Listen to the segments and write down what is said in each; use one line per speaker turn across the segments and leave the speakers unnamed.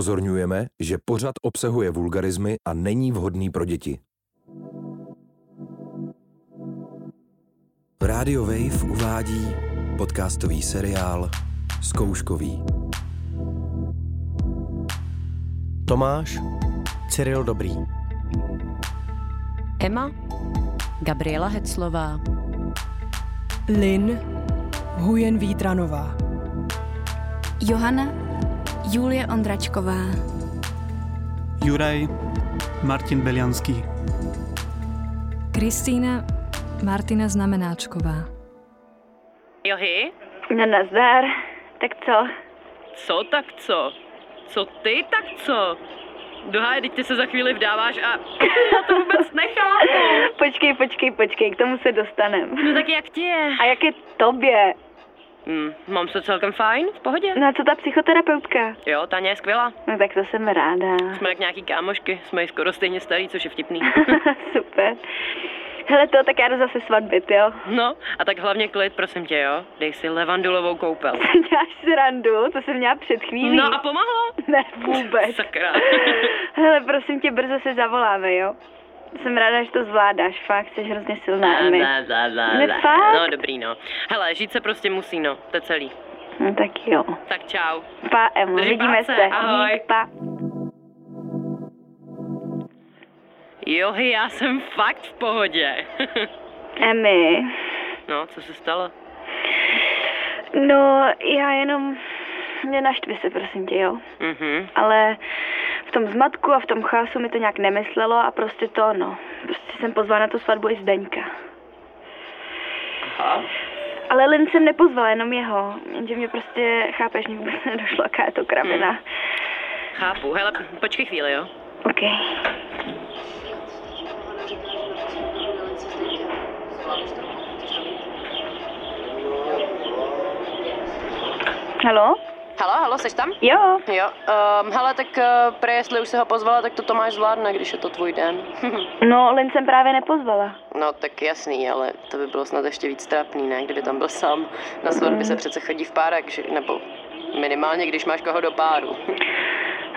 Upozorňujeme, že pořad obsahuje vulgarizmy a není vhodný pro děti. Radio Wave uvádí podcastový seriál Zkouškový.
Tomáš, Cyril Dobrý.
Emma, Gabriela Heclová,
Lin Hujen Vítranová,
Johana Julie Ondračková,
Juraj, Martin Belianský,
Kristýna Martina Znamenáčková.
Johy,
No nazdar, tak co?
co tak co? Co ty tak co? Dohaj, teď ty se za chvíli vdáváš a já to vůbec nechápu.
Počkej, počkej, počkej, k tomu se dostanem.
No tak jak ti je?
A jak je tobě?
Hm, mám se celkem fajn, v pohodě.
No a co ta psychoterapeutka?
Jo, Taně je skvělá.
No tak to jsem ráda.
Jsme jak nějaký kámošky, jsme jí skoro stejně starý, což je vtipný.
Super. Hele to, tak já jdu zase svatbit, jo?
No, a tak hlavně klid, prosím tě, jo? Dej si levandulovou koupel.
Děláš srandu, to jsem měla před chvílí.
No a pomáhlo?
Ne, vůbec.
Sakra.
Hele, prosím tě, brzo se zavoláme, jo? Jsem ráda, že to zvládáš, fakt, jsi hrozně silná a my.
Bla, bla, bla,
Ne,
bla.
fakt?
No dobrý, no. Hele, žít se prostě musí, no. To je celý.
No tak jo.
Tak čau.
Pa, Emo,
Držím
vidíme
palce,
se.
ahoj.
Dík, pa.
Johy, já jsem fakt v pohodě.
Emi.
no, co se stalo?
No, já jenom... Nenaštvi se, prosím tě, jo?
Mhm.
ale v tom zmatku a v tom chaosu mi to nějak nemyslelo a prostě to, no, prostě jsem pozvala na tu svatbu i Zdeňka.
Aha.
Ale Lin jsem nepozvala, jenom jeho, jenže mě prostě, chápeš, mě vůbec nedošlo, jaká je to kravina. Hmm.
Chápu. Hele, počkej chvíli, jo.
OK. Halo?
Halo, halo, jsi tam?
Jo,
Jo, um, hele, tak uh, pre, jestli už se ho pozvala, tak to Tomáš zvládne, když je to tvůj den.
no Lin jsem právě nepozvala.
no, tak jasný, ale to by bylo snad ještě víc trápný, ne, kdyby tam byl sám. Na svatby se přece chodí v párek, že? nebo minimálně, když máš koho do páru.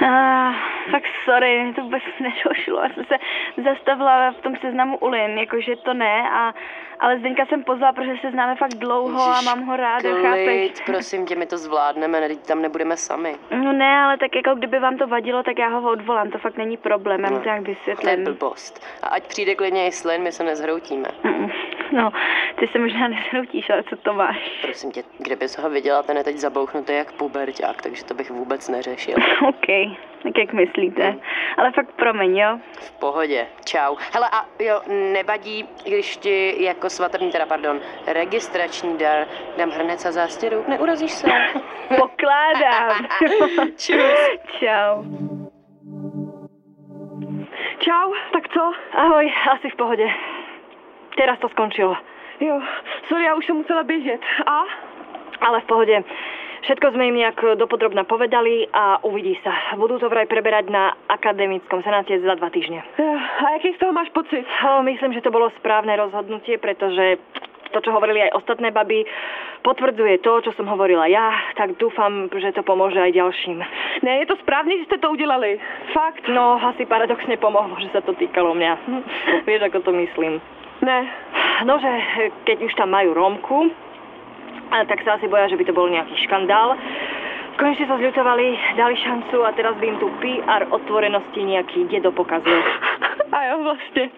Ah, tak sorry, mě to vůbec nedošlo. Já jsem se zastavila v tom seznamu Ulin, jakože to ne, a, ale Zdeňka jsem pozvala, protože se známe fakt dlouho a mám ho ráda,
klid,
chápeš?
prosím tě, my to zvládneme, ne, tam nebudeme sami.
No ne, ale tak jako kdyby vám to vadilo, tak já ho odvolám, to fakt není problém, já mu
No,
to nějak
To je
vysvětlím.
blbost. A ať přijde klidně i slin, my se nezhroutíme.
Mm, No, ty se možná nezhroutíš, ale co to máš?
Prosím tě, kdybys ho viděla, ten je teď zabouchnutý jak puberťák, takže to bych vůbec neřešil.
OK, tak jak myslíte. Ale fakt promiň, jo?
V pohodě, čau. Hele a jo, nevadí, když ti jako svatební, teda pardon, registrační dar dám hrnec a zástěru, neurazíš se?
Pokládám.
Čus.
Čau.
Čau, tak co?
Ahoj, asi v pohodě. Teraz to skončilo.
Jo, sorry, já už jsem musela běžet. A?
Ale v pohode. Všetko sme im nejak dopodrobne povedali a uvidí sa. Budú to vraj preberať na akademickom senáte za dva týždne.
Jo, Eh, A jaký z toho máš pocit?
O, myslím, že to bolo správne rozhodnutie, pretože to, čo hovorili aj ostatné baby, potvrdzuje to, čo som hovorila ja, tak dúfam, že to pomôže aj ďalším.
Ne, je to správně, že jste to udělali. Fakt. Hm.
No, asi paradoxne pomohlo, že sa to týkalo mňa. Vieš, ako to myslím.
Ne.
No, že keď už tam majú Romku, a tak sa asi boja, že by to bol nejaký škandál. Konečne sa zľutovali, dali šancu a teraz by im tu PR otvorenosti nejaký dedo pokazil.
A jo, vlastně.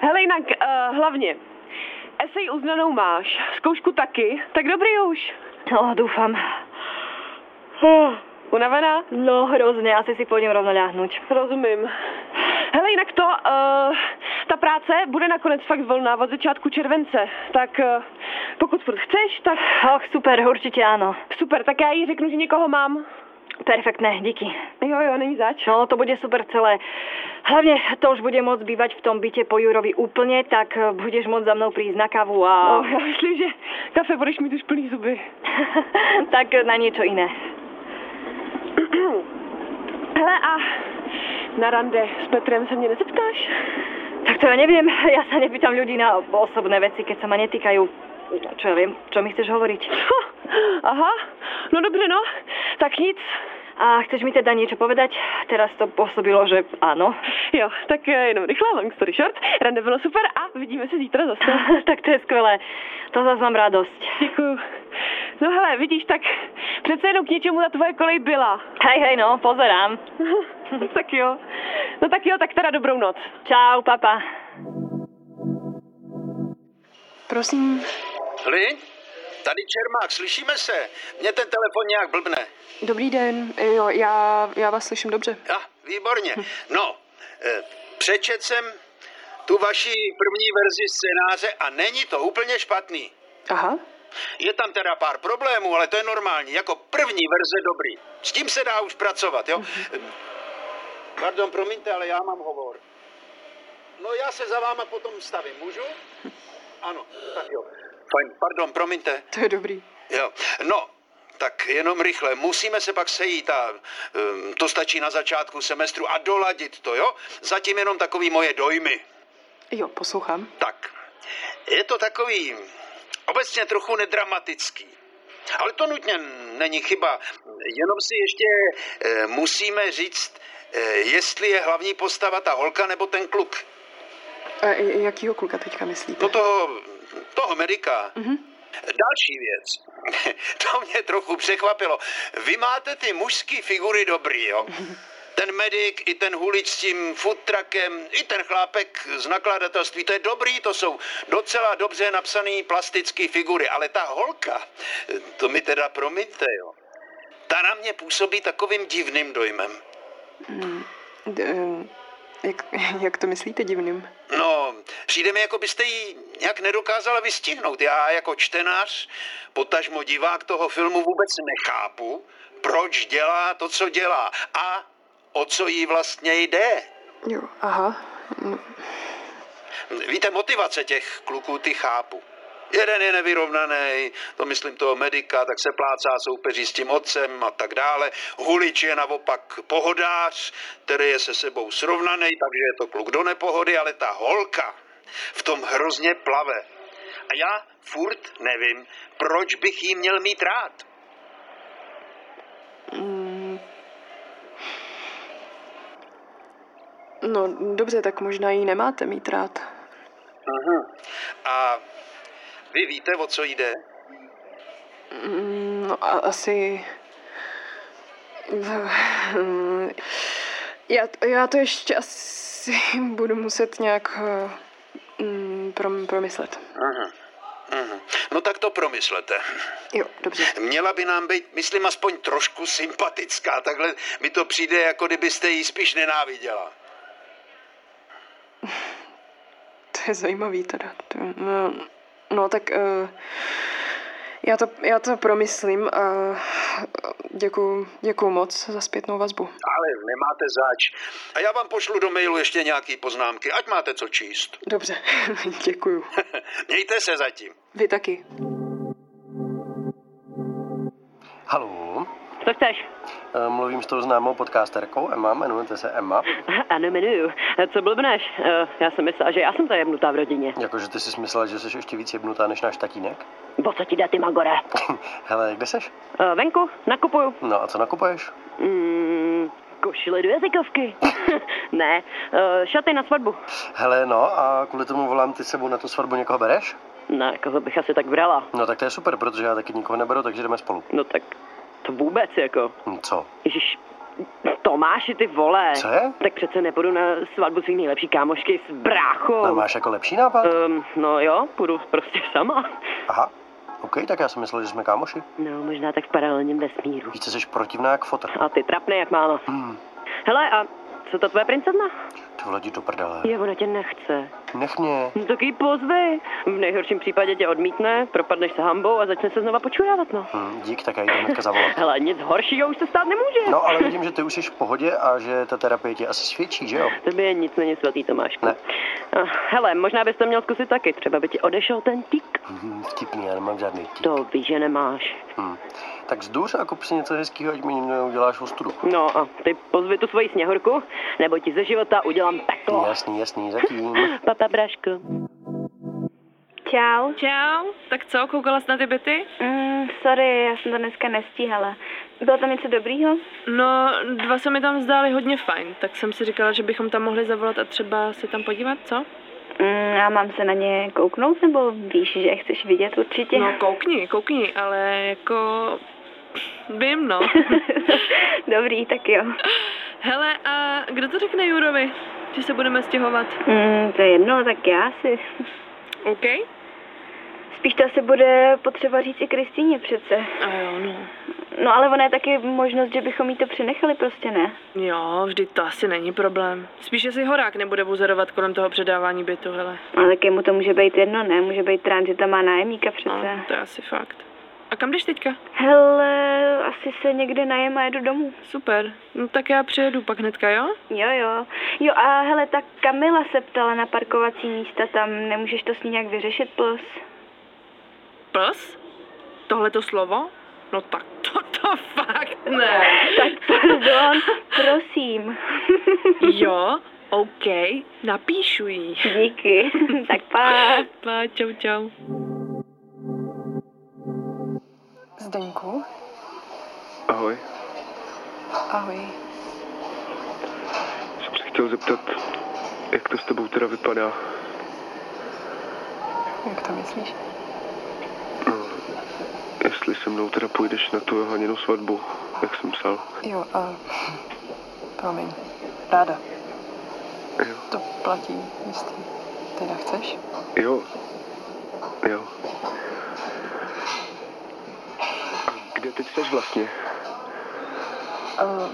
Hele, jinak uh, hlavně, esej uznanou máš, zkoušku taky, tak dobrý už. Eh,
No, dúfam.
Unavená?
No, hrozne, asi si pôjdem rovno ľahnuť.
Rozumím. Hele, jinak to, uh, ta práce bude nakonec fakt volná od začátku července, tak uh, pokud furt chceš, tak
Och, super, určite áno.
super, tak já jí řeknu, že někoho mám.
Perfektné, díky.
Jo, jo, není zač.
No, to bude super celé. Hlavne to už bude môcť bývať v tom byte po Jurovi úplne, tak eh, budeš môcť za mnou prísť na kávu a...
No, já myslím, že kafe budeš mít už plný zuby.
tak na niečo iné.
Hele, a na rande s Petrem se mě nezeptáš?
Tak to ja neviem, ja sa nepýtam ľudí na osobné veci, keď sa ma netýkajú. Čo ja viem, čo mi chceš hovoriť?
Aha, no dobře, no. Tak nic.
A chceš mi teda niečo povedať? Teraz to pôsobilo, že áno.
Jo, tak eh, jenom rychle, long story short. Rande bylo super a vidíme se zítra zase.
tak to je skvelé. To zase mám radosť.
Děkuju. No hele, vidíš, tak přece jenom k něčemu ta tvoje kolej byla.
Hej, hej, no, pozerám.
tak jo. No tak jo, tak teda dobrou noc.
Čau, papa.
Prosím,
Liň? Tady Čermák, slyšíme se? Mně ten telefon nějak blbne.
Dobrý den, E, jo, já, já vás slyším dobře.
Ah, výborně. No, eh, přečet jsem tu vaši první verzi scénáře a není to úplně špatný.
Aha.
Je tam teda pár problémů, ale to je normální. Jako první verze dobrý. S tím se dá už pracovat, jo? Eh, Pardon, promiňte, ale já mám hovor. No já se za váma potom stavím, můžu? Ano, tak jo. Fajn, pardon, promiňte.
To je dobrý.
Jo, no, tak jenom rychle, musíme se pak sejít a um, to stačí na začátku semestru a doladit to, jo? Zatím jenom takový moje dojmy.
Jo, poslouchám.
Tak, je to takový obecně trochu nedramatický. Ale to nutně není chyba. Jenom si ještě e, musíme říct, e, jestli je hlavní postava ta holka nebo ten kluk.
A j- E, jakýho kluka teďka myslíte?
No toho, toho medika. Další věc, to mě trochu překvapilo. Vy máte ty mužský figury dobrý, jo? Ten medik, i ten hulič s tím food truckem, i ten chlápek z nakladatelství, to je dobrý, to jsou docela dobře napsané plastické figury, ale ta holka, to mi teda promiňte, jo, ta na mě působí takovým divným dojmem.
Mm, d- ehm, jak, jak to myslíte divným?
No, přijde mi, jako byste ji nějak nedokázala vystihnout. Já jako čtenář, potažmo divák toho filmu vůbec nechápu, proč dělá to, co dělá a o co jí vlastně jde.
Jo, aha. No,
Víte, motivace těch kluků ty chápu. Jeden je nevyrovnaný, to myslím toho medika, tak se plácá soupeří s tím otcem a tak dále. Hulič je naopak pohodář, který je se sebou srovnaný, takže je to kluk do nepohody, ale ta holka v tom hrozně plave. A já furt nevím, proč bych jí měl mít rád.
mm. No, dobře, tak možná ji nemáte mít rád.
A vy víte, o co jde?
Mm, No, a, asi... Mm, Já, já to ještě asi budu muset nějak eh, mm, prom, promyslet.
Aha. Aha. No tak to promyslete.
Jo, dobře.
Měla by nám být, myslím, aspoň trošku sympatická. Takhle mi to přijde, jako kdybyste ji spíš nenáviděla.
To je zajímavý teda. To, no, no tak uh, já, to, já to promyslím a děkuju, děkuju moc za zpětnou vazbu.
Ale nemáte zač. A já vám pošlu do mailu ještě nějaký poznámky, ať máte co číst.
Dobře, děkuju.
Mějte se zatím.
Vy taky.
Haló,
Co chceš?
e, mluvím s tou známou podcasterkou Emma, jmenujete se Emma.
Ano, jmenuju. Co blbneš? Eh, Já jsem myslela, že já jsem ta jemnutá v rodině.
Jakože ty jsi myslela, že jsi ještě víc jebnutá než náš tatínek?
Bo co ti jde, ty magore?
Hele, kde seš?
Eh, Venku, nakupuju.
No a co nakupuješ?
Mm, košile do jazykovky. ne, eh, šaty na svatbu.
Hele, no a kvůli tomu volám, ty s sebou na tu svatbu někoho bereš?
No, koho bych asi tak brala.
No tak to je super, protože já taky nikoho neberu, takže jdeme spolu.
No tak to vůbec jako.
Hm, Co?
Ježiš, Tomáši, ty vole.
Co je?
Tak přece nepůjdu na svatbu svých nejlepší kámošky s bráchou.
A máš jako lepší nápad?
Um, no jo, půjdu prostě sama.
Aha, OK, tak já jsem myslel, že jsme kámoši.
No, možná tak v paralelním vesmíru.
Víš, jsi protivná jak fotr.
A ty trapné jak málo.
Hmm.
Hele, a co ta tvoje princezna?
Ty vole, jdi do prdele.
Je, ona tě nechce.
Nech mě.
No tak ji pozvi. V nejhorším případě tě odmítne, propadneš se hambou a začne se znova počurávat, no.
Hm, dík, tak já jdu hnedka zavolat.
Hele, nic horšího už se stát nemůže.
No, ale vidím, že ty už jsi v pohodě a že ta terapie ti asi svědčí, že jo?
Tobě je nic není svatý, Tomáško. Ne. Hele, možná bys to měl zkusit taky, třeba by ti odešel ten tík.
Hm, Vtipný, já nemám žádný tík.
To víš, že nemáš.
Hm. Tak zduř a kup si něco hezkého, ať mi neuděláš ostudu.
No a ty pozvi tu svoji sněhorku, nebo ti ze života udělám peklo.
Jasný, jasný, zatím.
Papa Brašku.
Čau.
Čau. Tak co, koukala jsi na ty byty?
Mm, sorry, já jsem to dneska nestíhala. Bylo tam něco dobrýho?
No, dva se mi tam zdály hodně fajn, tak jsem si říkala, že bychom tam mohli zavolat a třeba se tam podívat, co?
Mm, a mám se na ně kouknout, nebo víš, že je chceš vidět určitě?
No, koukni, koukni, ale jako... Vím, no.
Dobrý, tak jo.
Hele, a kdo to řekne Jurovi, že se budeme stěhovat?
Mm, to je jedno, tak já si.
OK.
Spíš to asi bude potřeba říct i Kristýně přece.
A jo, no.
No ale ona je taky možnost, že bychom jí to přenechali, prostě ne?
Jo, vždyť to asi není problém. Spíše si horák nebude buzerovat kolem toho předávání bytu, hele.
Ale tak jemu to může být jedno, ne? Může být trán, že tam má nájemníka přece.
No, to je asi fakt. A kam jdeš teďka?
Hele, asi se někde najem a jedu domů.
Super. No tak já přijedu pak hnedka, jo?
Jo, jo. Jo a hele, ta Kamila se ptala na parkovací místa tam. Nemůžeš to s ní nějak vyřešit plus?
Plus? Tohle to slovo? No tak to, to fakt ne.
tak pardon, prosím.
jo, OK, napíšu jí.
Díky, tak pa.
Pa, čau, čau.
Zdeňku,
Ahoj,
ahoj.
jsem se chtěl zeptat, jak to s tebou teda vypadá.
Jak to myslíš?
No, jestli se mnou teda půjdeš na tu Johaninu svatbu, jak jsem psal.
Jo, a... Promiň. Ráda.
Jo.
To platí, jistě. Teda chceš?
Jo. Jo. A kde teď jsi vlastně?
Uh,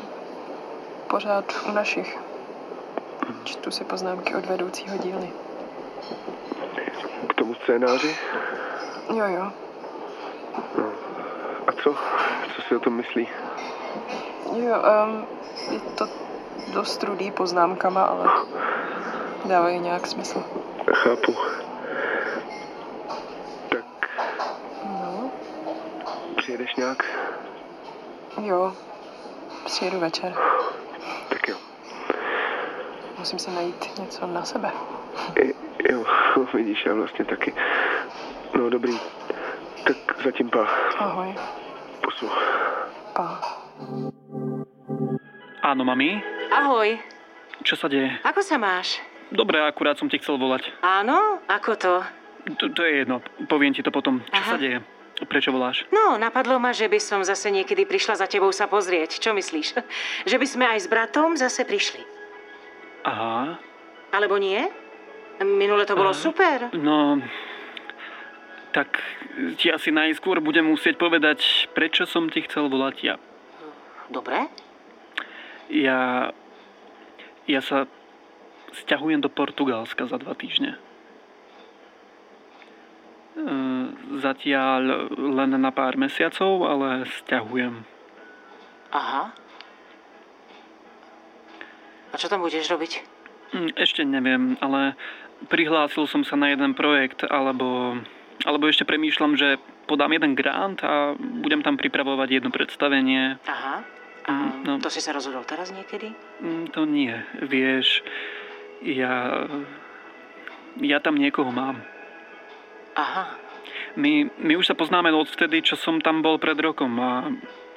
pořád u našich. Čtu si poznámky od vedoucího dílny.
K tomu scénáři?
Jo, jo.
A co? Co si o tom myslí?
Jo, um, je to dost rudý poznámkama, ale dávají nějak smysl.
Chápu.
No,
Přijedeš nějak?
jo. Přijedu večer.
Tak jo.
Musím si najít něco na sebe.
I, jo, vidíš, já vlastně taky. No dobrý. Tak zatím pa.
Ahoj.
Pusu.
Pa.
Áno, mami.
Ahoj,
Čo sa deje?
ako sa máš?
Dobre, akurát som ti chcel volať.
Áno, ako to?
To, to je jedno. Poviem ti to potom. Čo Aha. sa deje? Prečo voláš?
No, napadlo ma, že by som zase niekedy prišla za tebou sa pozrieť. Čo myslíš? Že by sme aj s bratom zase prišli.
Aha.
Alebo nie? Minule to bolo
Aha.
super.
Eh, No... Tak ti asi najskôr budem musieť povedať, prečo som ti chcel volať ja.
Dobre.
Ja... Ja sa sťahujem do Portugalska za dva týždne. Eh, Zatiaľ len na pár mesiacov, ale sťahujem.
Aha. A čo tam budeš robiť?
Hm, Ešte neviem, ale prihlásil som sa na jeden projekt, alebo, alebo ešte premýšľam, že podám jeden grant a budem tam pripravovať jedno predstavenie.
Aha. A no. to si sa rozhodol teraz niekedy?
Mm, To nie, vieš, ja, ja tam niekoho mám.
Aha.
My, my už sa poznáme od vtedy, čo som tam bol pred rokom a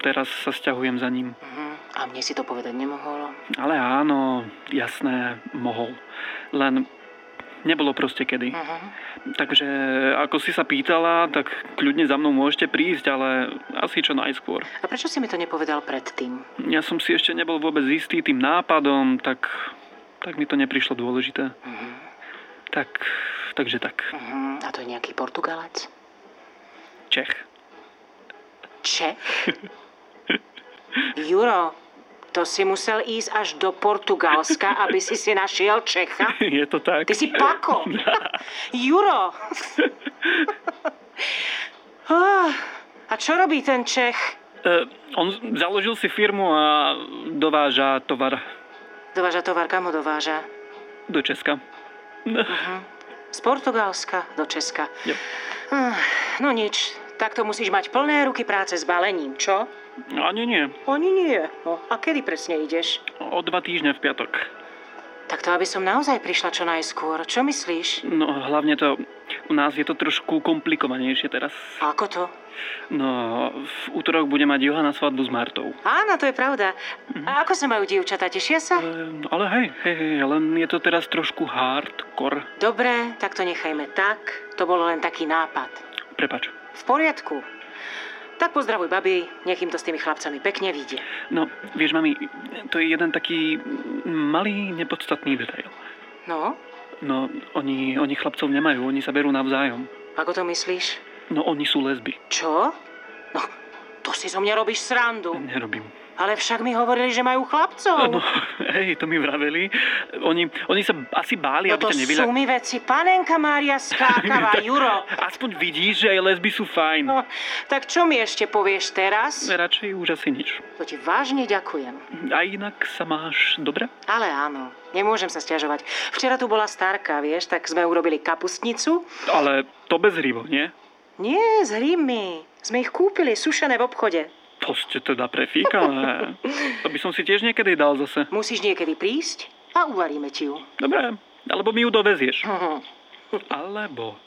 teraz sa sťahujem za ním.
Mhm. A mne si to povedať nemohol?
Ale áno, jasné, mohol. Len nebolo proste kedy.
Mhm.
Takže ako si sa pýtala, tak kľudne za mnou môžete prísť, ale asi čo najskôr.
A prečo si mi to nepovedal predtým?
Ja som si ešte nebol vôbec istý tým nápadom, tak, tak mi to neprišlo dôležité. Tak, takže tak.
Mhm. A to je nejaký Portugalec?
Čech.
Čech? Juro, to si musel ísť až do Portugalska, aby si si našiel Čecha?
Je to tak.
Ty si pako! Juro! Ah, A čo robí ten Čech?
Eh, on založil si firmu a dováža tovar
Dováža tovar, kam ho dováža?
do Česka. No.
Mhm. Z Portugalska do Česka.
Jo.
Ah, No nič, tak to musíš mať plné ruky práce s balením, čo?
No, Ani nie.
Ani nie. No, a kedy presne ideš?
O dva týždne v piatok.
Tak to, aby som naozaj prišla čo najskôr. Čo myslíš?
No hlavne to, U nás je to trošku komplikovanejšie teraz.
A ako to?
No, v útorok bude mať Johana svadbu s Martou.
Áno, to je pravda.
Mhm.
A ako sa majú dievčatá? Tešia sa?
No, ale hej, hej, hej, len je to teraz trošku hardcore.
Dobre, tak to nechajme tak. To bolo len taký nápad.
Prepač.
V poriadku. Tak pozdravuj babi, nech im to s tými chlapcami pekne vyjde.
No, vieš, mami, to je jeden taký malý, nepodstatný detail.
No,
No, oni, oni chlapcov nemajú, oni sa berú navzájom.
ako to myslíš?
No, oni sú lesby.
Čo? No, to si zo mňa robíš srandu.
Nerobím.
Ale však mi hovorili, že majú chlapcov.
No, hej, to mi vraveli. Oni, oni sa asi báli,
no
aby
to
ťa nevyľa...
sú mi veci. Panenka Mária Skákavá, Juro.
Aspoň vidíš, že aj lesby sú fajn.
No, tak čo mi ešte povieš teraz?
Radšej už asi nič.
To ti vážne ďakujem.
A inak sa máš dobre?
Ale áno, nemôžem sa stiažovať. Včera tu bola starka, vieš, tak sme urobili kapustnicu.
Ale to bez hrybo, nie?
Nie, s hrymy. Sme ich kúpili, sušené v obchode.
To ste teda prefíkané. To by som si tiež niekedy dal zase.
Musíš niekedy prísť a uvaríme ti ju.
Dobre, alebo mi ju dovezieš. Alebo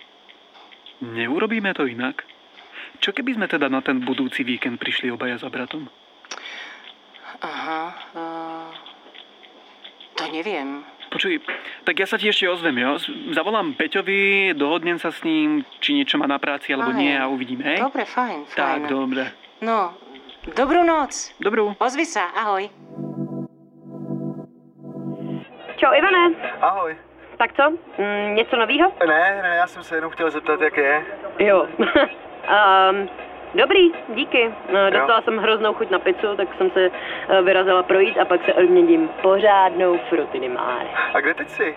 neurobíme to inak. Čo keby sme teda na ten budúci víkend prišli obaja za bratom?
Aha, uh, to neviem.
Počuj, tak ja sa ti ešte ozvem, jo? S- Zavolám Peťovi, dohodnem sa s ním, či niečo má na práci alebo
Fajn.
nie a uvidíme, hej?
Dobre, fajn, fajn.
Tak, dobre.
No, dobrú noc.
Dobrú.
Ozvi sa, ahoj.
Čau Ivane,
Ahoj.
tak co? Mm, něco novýho?
Ne, ne, já jsem se jenom chtěl zeptat, jak je.
Jo. um, dobrý, díky. Eh, Dostala jsem hroznou chuť na pizzu, tak jsem se eh, vyrazila projít a pak se odměním pořádnou frutiny máre.
A kde teď jsi?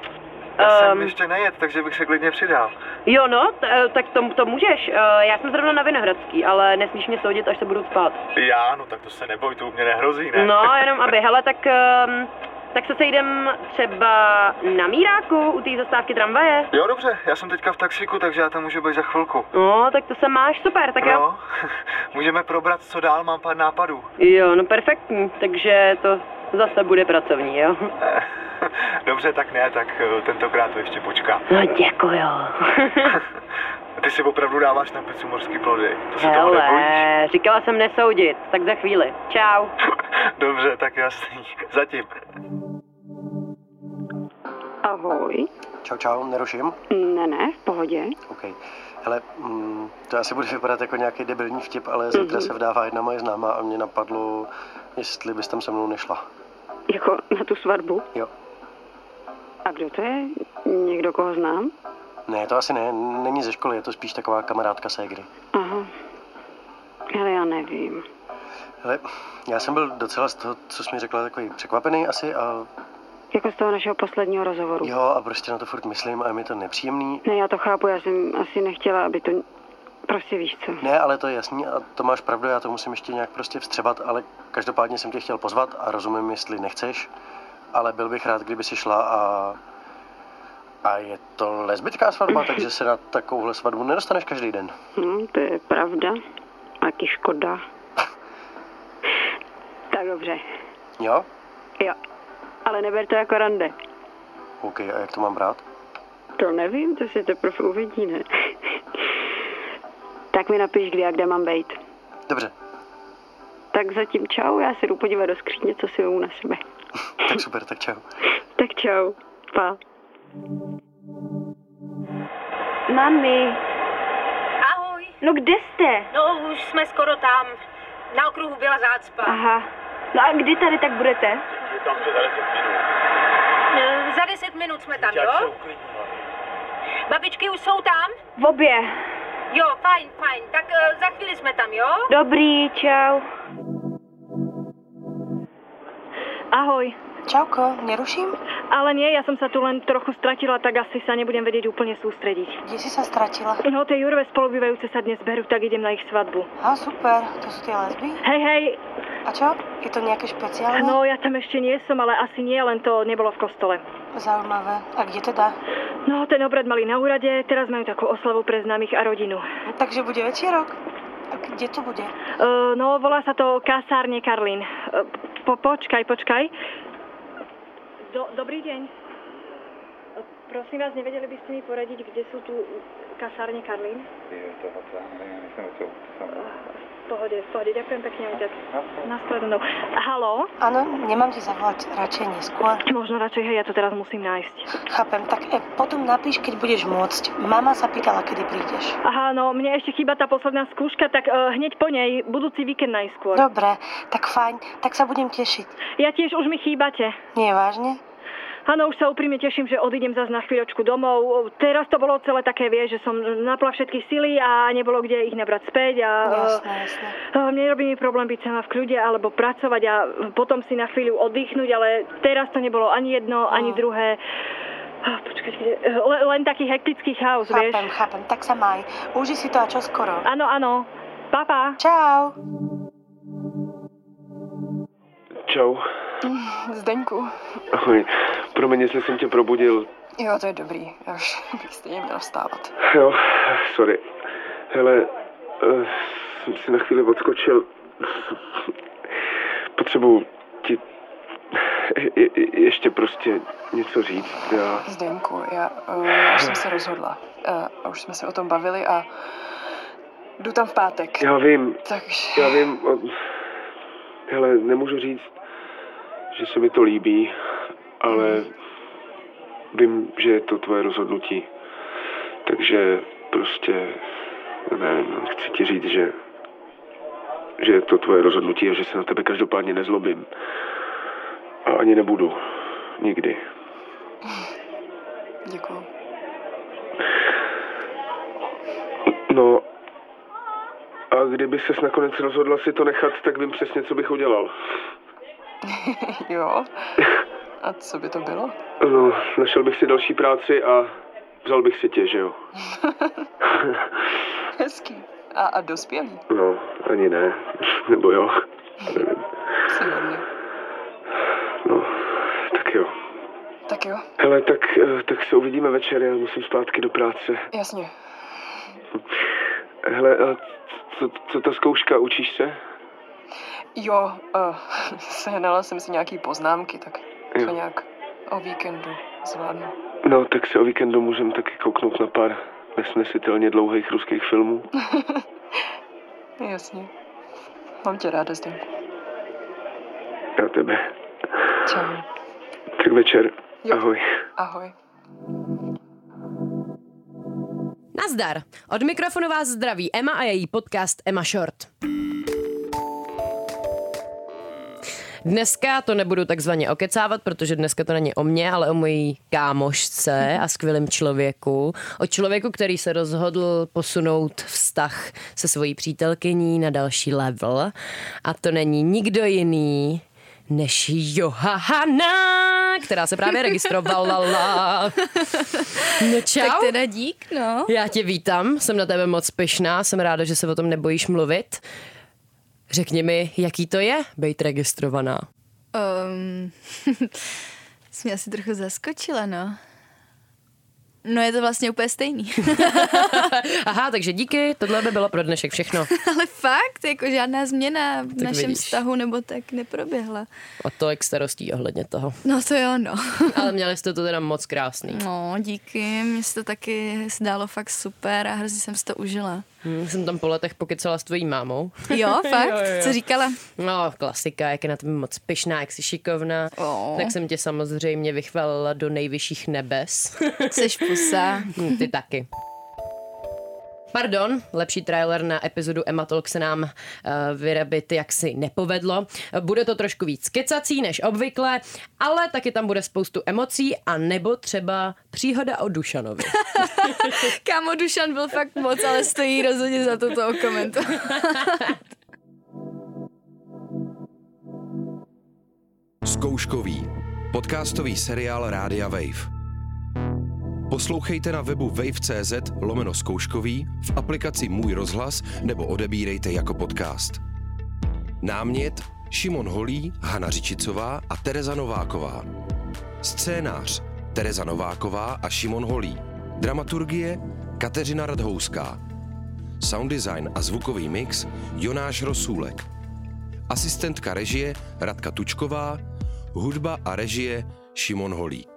Já jsem
Ehm.
ještě nejet, takže bych se klidně přidal.
Jo no, t- eh, tak to, to můžeš. Eh, Já jsem zrovna na Vinohradský, ale nesmíš mě soudit, až se budu spát.
Já, no tak to se neboj, to u mě nehrozí, ne?
No, jenom aby, hele, tak... Um, tak se sejdem třeba na Míráku u té zastávky tramvaje.
Jo, dobře, já jsem teďka v taxíku, takže já tam můžu být za chvilku.
No, tak to se máš, super, tak jo.
no, můžeme probrat, co dál, mám pár nápadů.
Jo, no perfektní, takže to zase bude pracovní, jo.
Dobře, tak ne, tak eh, tentokrát to ještě počká.
No děkuju.
Ty si opravdu dáváš na pizzu morský plody, to se toho nebojíš?
Hele, říkala jsem nesoudit, tak za chvíli. Čau.
Dobře, tak jasný, zatím.
Ahoj.
Čau, čau, neruším.
Ne, ne, v pohodě.
OK. Hele, mm, to asi bude vypadat jako nějaký debilní vtip, ale zítra
Mhm.
se vdává jedna moje známá a mě napadlo, jestli bys tam se mnou nešla.
Jako na tu svatbu?
Jo.
A kdo to je? Někdo, koho znám?
Ne, to asi ne, není ze školy, je to spíš taková kamarádka ségry.
Aha. Ale já nevím.
Hele, já jsem byl docela z toho, co jsi mi řekla, takový překvapený asi a
Jako z toho našeho posledního rozhovoru.
jo, a prostě na to furt myslím a je mi to nepříjemný.
Ne, já to chápu, já jsem asi nechtěla, aby to... Prostě víš co.
Ne, ale to je jasný a to máš pravdu, já to musím ještě nějak prostě vstřebat, ale každopádně jsem tě chtěl pozvat a rozumím, jestli nechceš, ale byl bych rád, kdyby si šla a... A je to lesbická svatba, takže se na takovouhle svatbu nedostaneš každý den.
No, to je pravda. A taky škoda. tak dobře.
Jo?
Jo. Ale neber to jako rande.
OK, a jak to mám brát?
To nevím, to se teprve uvidí, ne? tak mi napiš, kdy a kde mám bejt.
Dobře,
Tak zatím čau, já se jdu podívat do skříně, co si jemu na sebe.
tak super, tak čau.
Tak čau, pa. Mami,
Ahoj.
no kde jste?
No už jsme skoro tam. Na okruhu byla zácpa.
Aha, no a kdy tady tak budete?
Tam se za 10 minut.
E, Za 10 minut jsme tam,
Ať se
jo?
uklidní.
Babičky už jsou tam?
V obě.
Jo, fajn, fajn. Tak e, za chvíli jsme tam, jo?
Dobrý, čau. Ahoj.
Čauko, neruším?
Ale nie, ja som sa tu len trochu stratila, tak asi sa nebudem vedieť úplne sústrediť.
Kde si sa stratila?
No, tie Jurové spolubývajúce sa dnes berú, tak idem na ich svadbu.
A super, to sú tie lesby?
Hej, hej.
A čo? Je to nejaké špeciálne?
No, ja tam ešte nie som, ale asi nie, len to nebolo v kostole.
Zaujímavé. A kde teda?
No, ten obrad mali na úrade, teraz majú takú oslavu pre známych a rodinu.
No, Takže bude večerok? A kde to bude?
Uh, no, volá sa to Kasárne Karlín. Uh, po, počkaj, počkaj. E, Do, dobrý deň. Prosím vás, nevedeli by ste mi poradiť, kde sú tu kasárne Karlín.
Jo, to nevím, jsem to
V pohode, v pohode, ďakujem pekne aj tak. Následnou. Halo?
Áno, nemám ti zavolať radšej neskôr.
Možno radšej, hej, ja to teraz musím nájsť.
Chápem, tak e, potom napíš, keď budeš môcť. Mama sa pýtala, kedy prídeš.
Aha, no mne ešte chýba tá posledná skúška, tak e, hneď po nej, budúci víkend najskôr.
Dobre, tak fajn, tak sa budem tešiť.
Ja tiež už mi chýbate.
Nie, vážne?
Áno, už sa úprimne teším, že odídem zase na chvíľočku domov. Teraz to bolo celé také, vieš, že som napla všetky sily a nebolo kde ich nabrať späť. A,
Jasné, jasné.
Eh, Nerobí mi problém byť sama v kľude alebo pracovať a potom si na chvíľu oddychnúť, ale teraz to nebolo ani jedno, ani druhé. Ah, Počkať, kde? Eh, Le, len taký hektický chaos, vieš.
Chápem, chápem, tak sa maj. Uži si to a čo skoro.
Áno, áno. Pa, pa.
Čau.
Čau.
Mm, Zdeňku.
Ahoj. Promiň, jestli jsem tě probudil.
Jo, to je dobrý. Já už bych stejně měl vstávat.
Jo, sorry. Hele, eh, jsem si na chvíli odskočil. Potřebuju ti je, je, ještě prostě něco říct. Já...
Zdeňku, já, eh, já už jsem se rozhodla. Eh, A už jsme se o tom bavili a jdu tam v pátek.
Já vím,
Takže...
já vím, o- hele, nemůžu říct, že se mi to líbí, ale vím, že je to tvoje rozhodnutí. Takže prostě, nevím, chci ti říct, že, že je to tvoje rozhodnutí a že se na tebe každopádně nezlobím. A ani nebudu. Nikdy.
Děkuju.
No, a kdyby ses nakonec rozhodla si to nechat, tak vím přesně, co bych udělal.
jo. A co by to bylo?
No, našel bych si další práci a vzal bych si tě, že jo?
Hezký. A, a dospělý.
No, ani ne. Nebo jo. Nevím.
Jsi hodný.
No, tak jo.
Tak jo,
Hele, tak, eh, tak se uvidíme večer, já musím zpátky do práce.
jasně.
Hele, eh, co, co ta zkouška, učíš se?
Jo, uh, sehnala jsem si nějaký poznámky, tak to
Jo.
nějak o víkendu zvládnu.
No, tak se o víkendu můžem taky kouknout na pár nesnesitelně dlouhých ruských filmů.
Jasně. Mám tě ráda, Zdenku.
Já tebe.
Čau.
Tak večer. Ahoj.
Ahoj.
Nazdar! Od mikrofonu vás zdraví Emma a její podcast Emma Short. Dneska to nebudu takzvaně okecávat, protože dneska to není o mně, ale o mojí kámošce a skvělém člověku. O člověku, který se rozhodl posunout vztah se svojí přítelkyní na další level. A to není nikdo jiný než Johana, která se právě registrovala. No čau.
Tak teda dík, no.
Já tě vítám, jsem na tebe moc pyšná, jsem ráda, že se o tom nebojíš mluvit. Řekni mi, jaký to je být registrovaná.
Um, jsi mě asi trochu zaskočila, no. No je to vlastně úplně stejný.
Aha, takže díky, tohle by bylo pro dnešek všechno.
Ale fakt, jako žádná změna v tak našem
vidíš.
vidíš. vztahu nebo tak neproběhla.
A tolik starostí ohledně toho.
No to jo, no.
Ale měli jste to teda moc krásný.
No, díky, mně se to taky zdálo fakt super a hrozně jsem si to užila.
Hm, jsem tam po letech pokecala s tvojí mámou.
Jo, fakt? Co říkala?
No, klasika, jak je na tebe moc pyšná, jak jsi šikovná.
Oh.
Tak jsem tě samozřejmě vychvalila do nejvyšších nebes.
Jseš pusa.
Hm, Ty taky. Pardon, lepší trailer na epizodu Emma Talk se nám uh, vyrabit jaksi nepovedlo. Bude to trošku víc kecací než obvykle, ale taky tam bude spoustu emocí a nebo třeba příhoda o Dušanovi.
Kámo, Dušan byl fakt moc, ale stojí rozhodně za toto okomentovat.
Zkouškový. Podcastový seriál Rádia Wave. Poslouchejte na webu wave.cz lomeno zkouškový, v aplikaci Můj rozhlas nebo odebírejte jako podcast. Námět Šimon Holí, Hana Řičicová a Tereza Nováková. Scénář Tereza Nováková a Šimon Holí. Dramaturgie Kateřina Radhouská. Sound design a zvukový mix Jonáš Rosůlek. Asistentka režie Radka Tučková, hudba a režie Šimon Holík.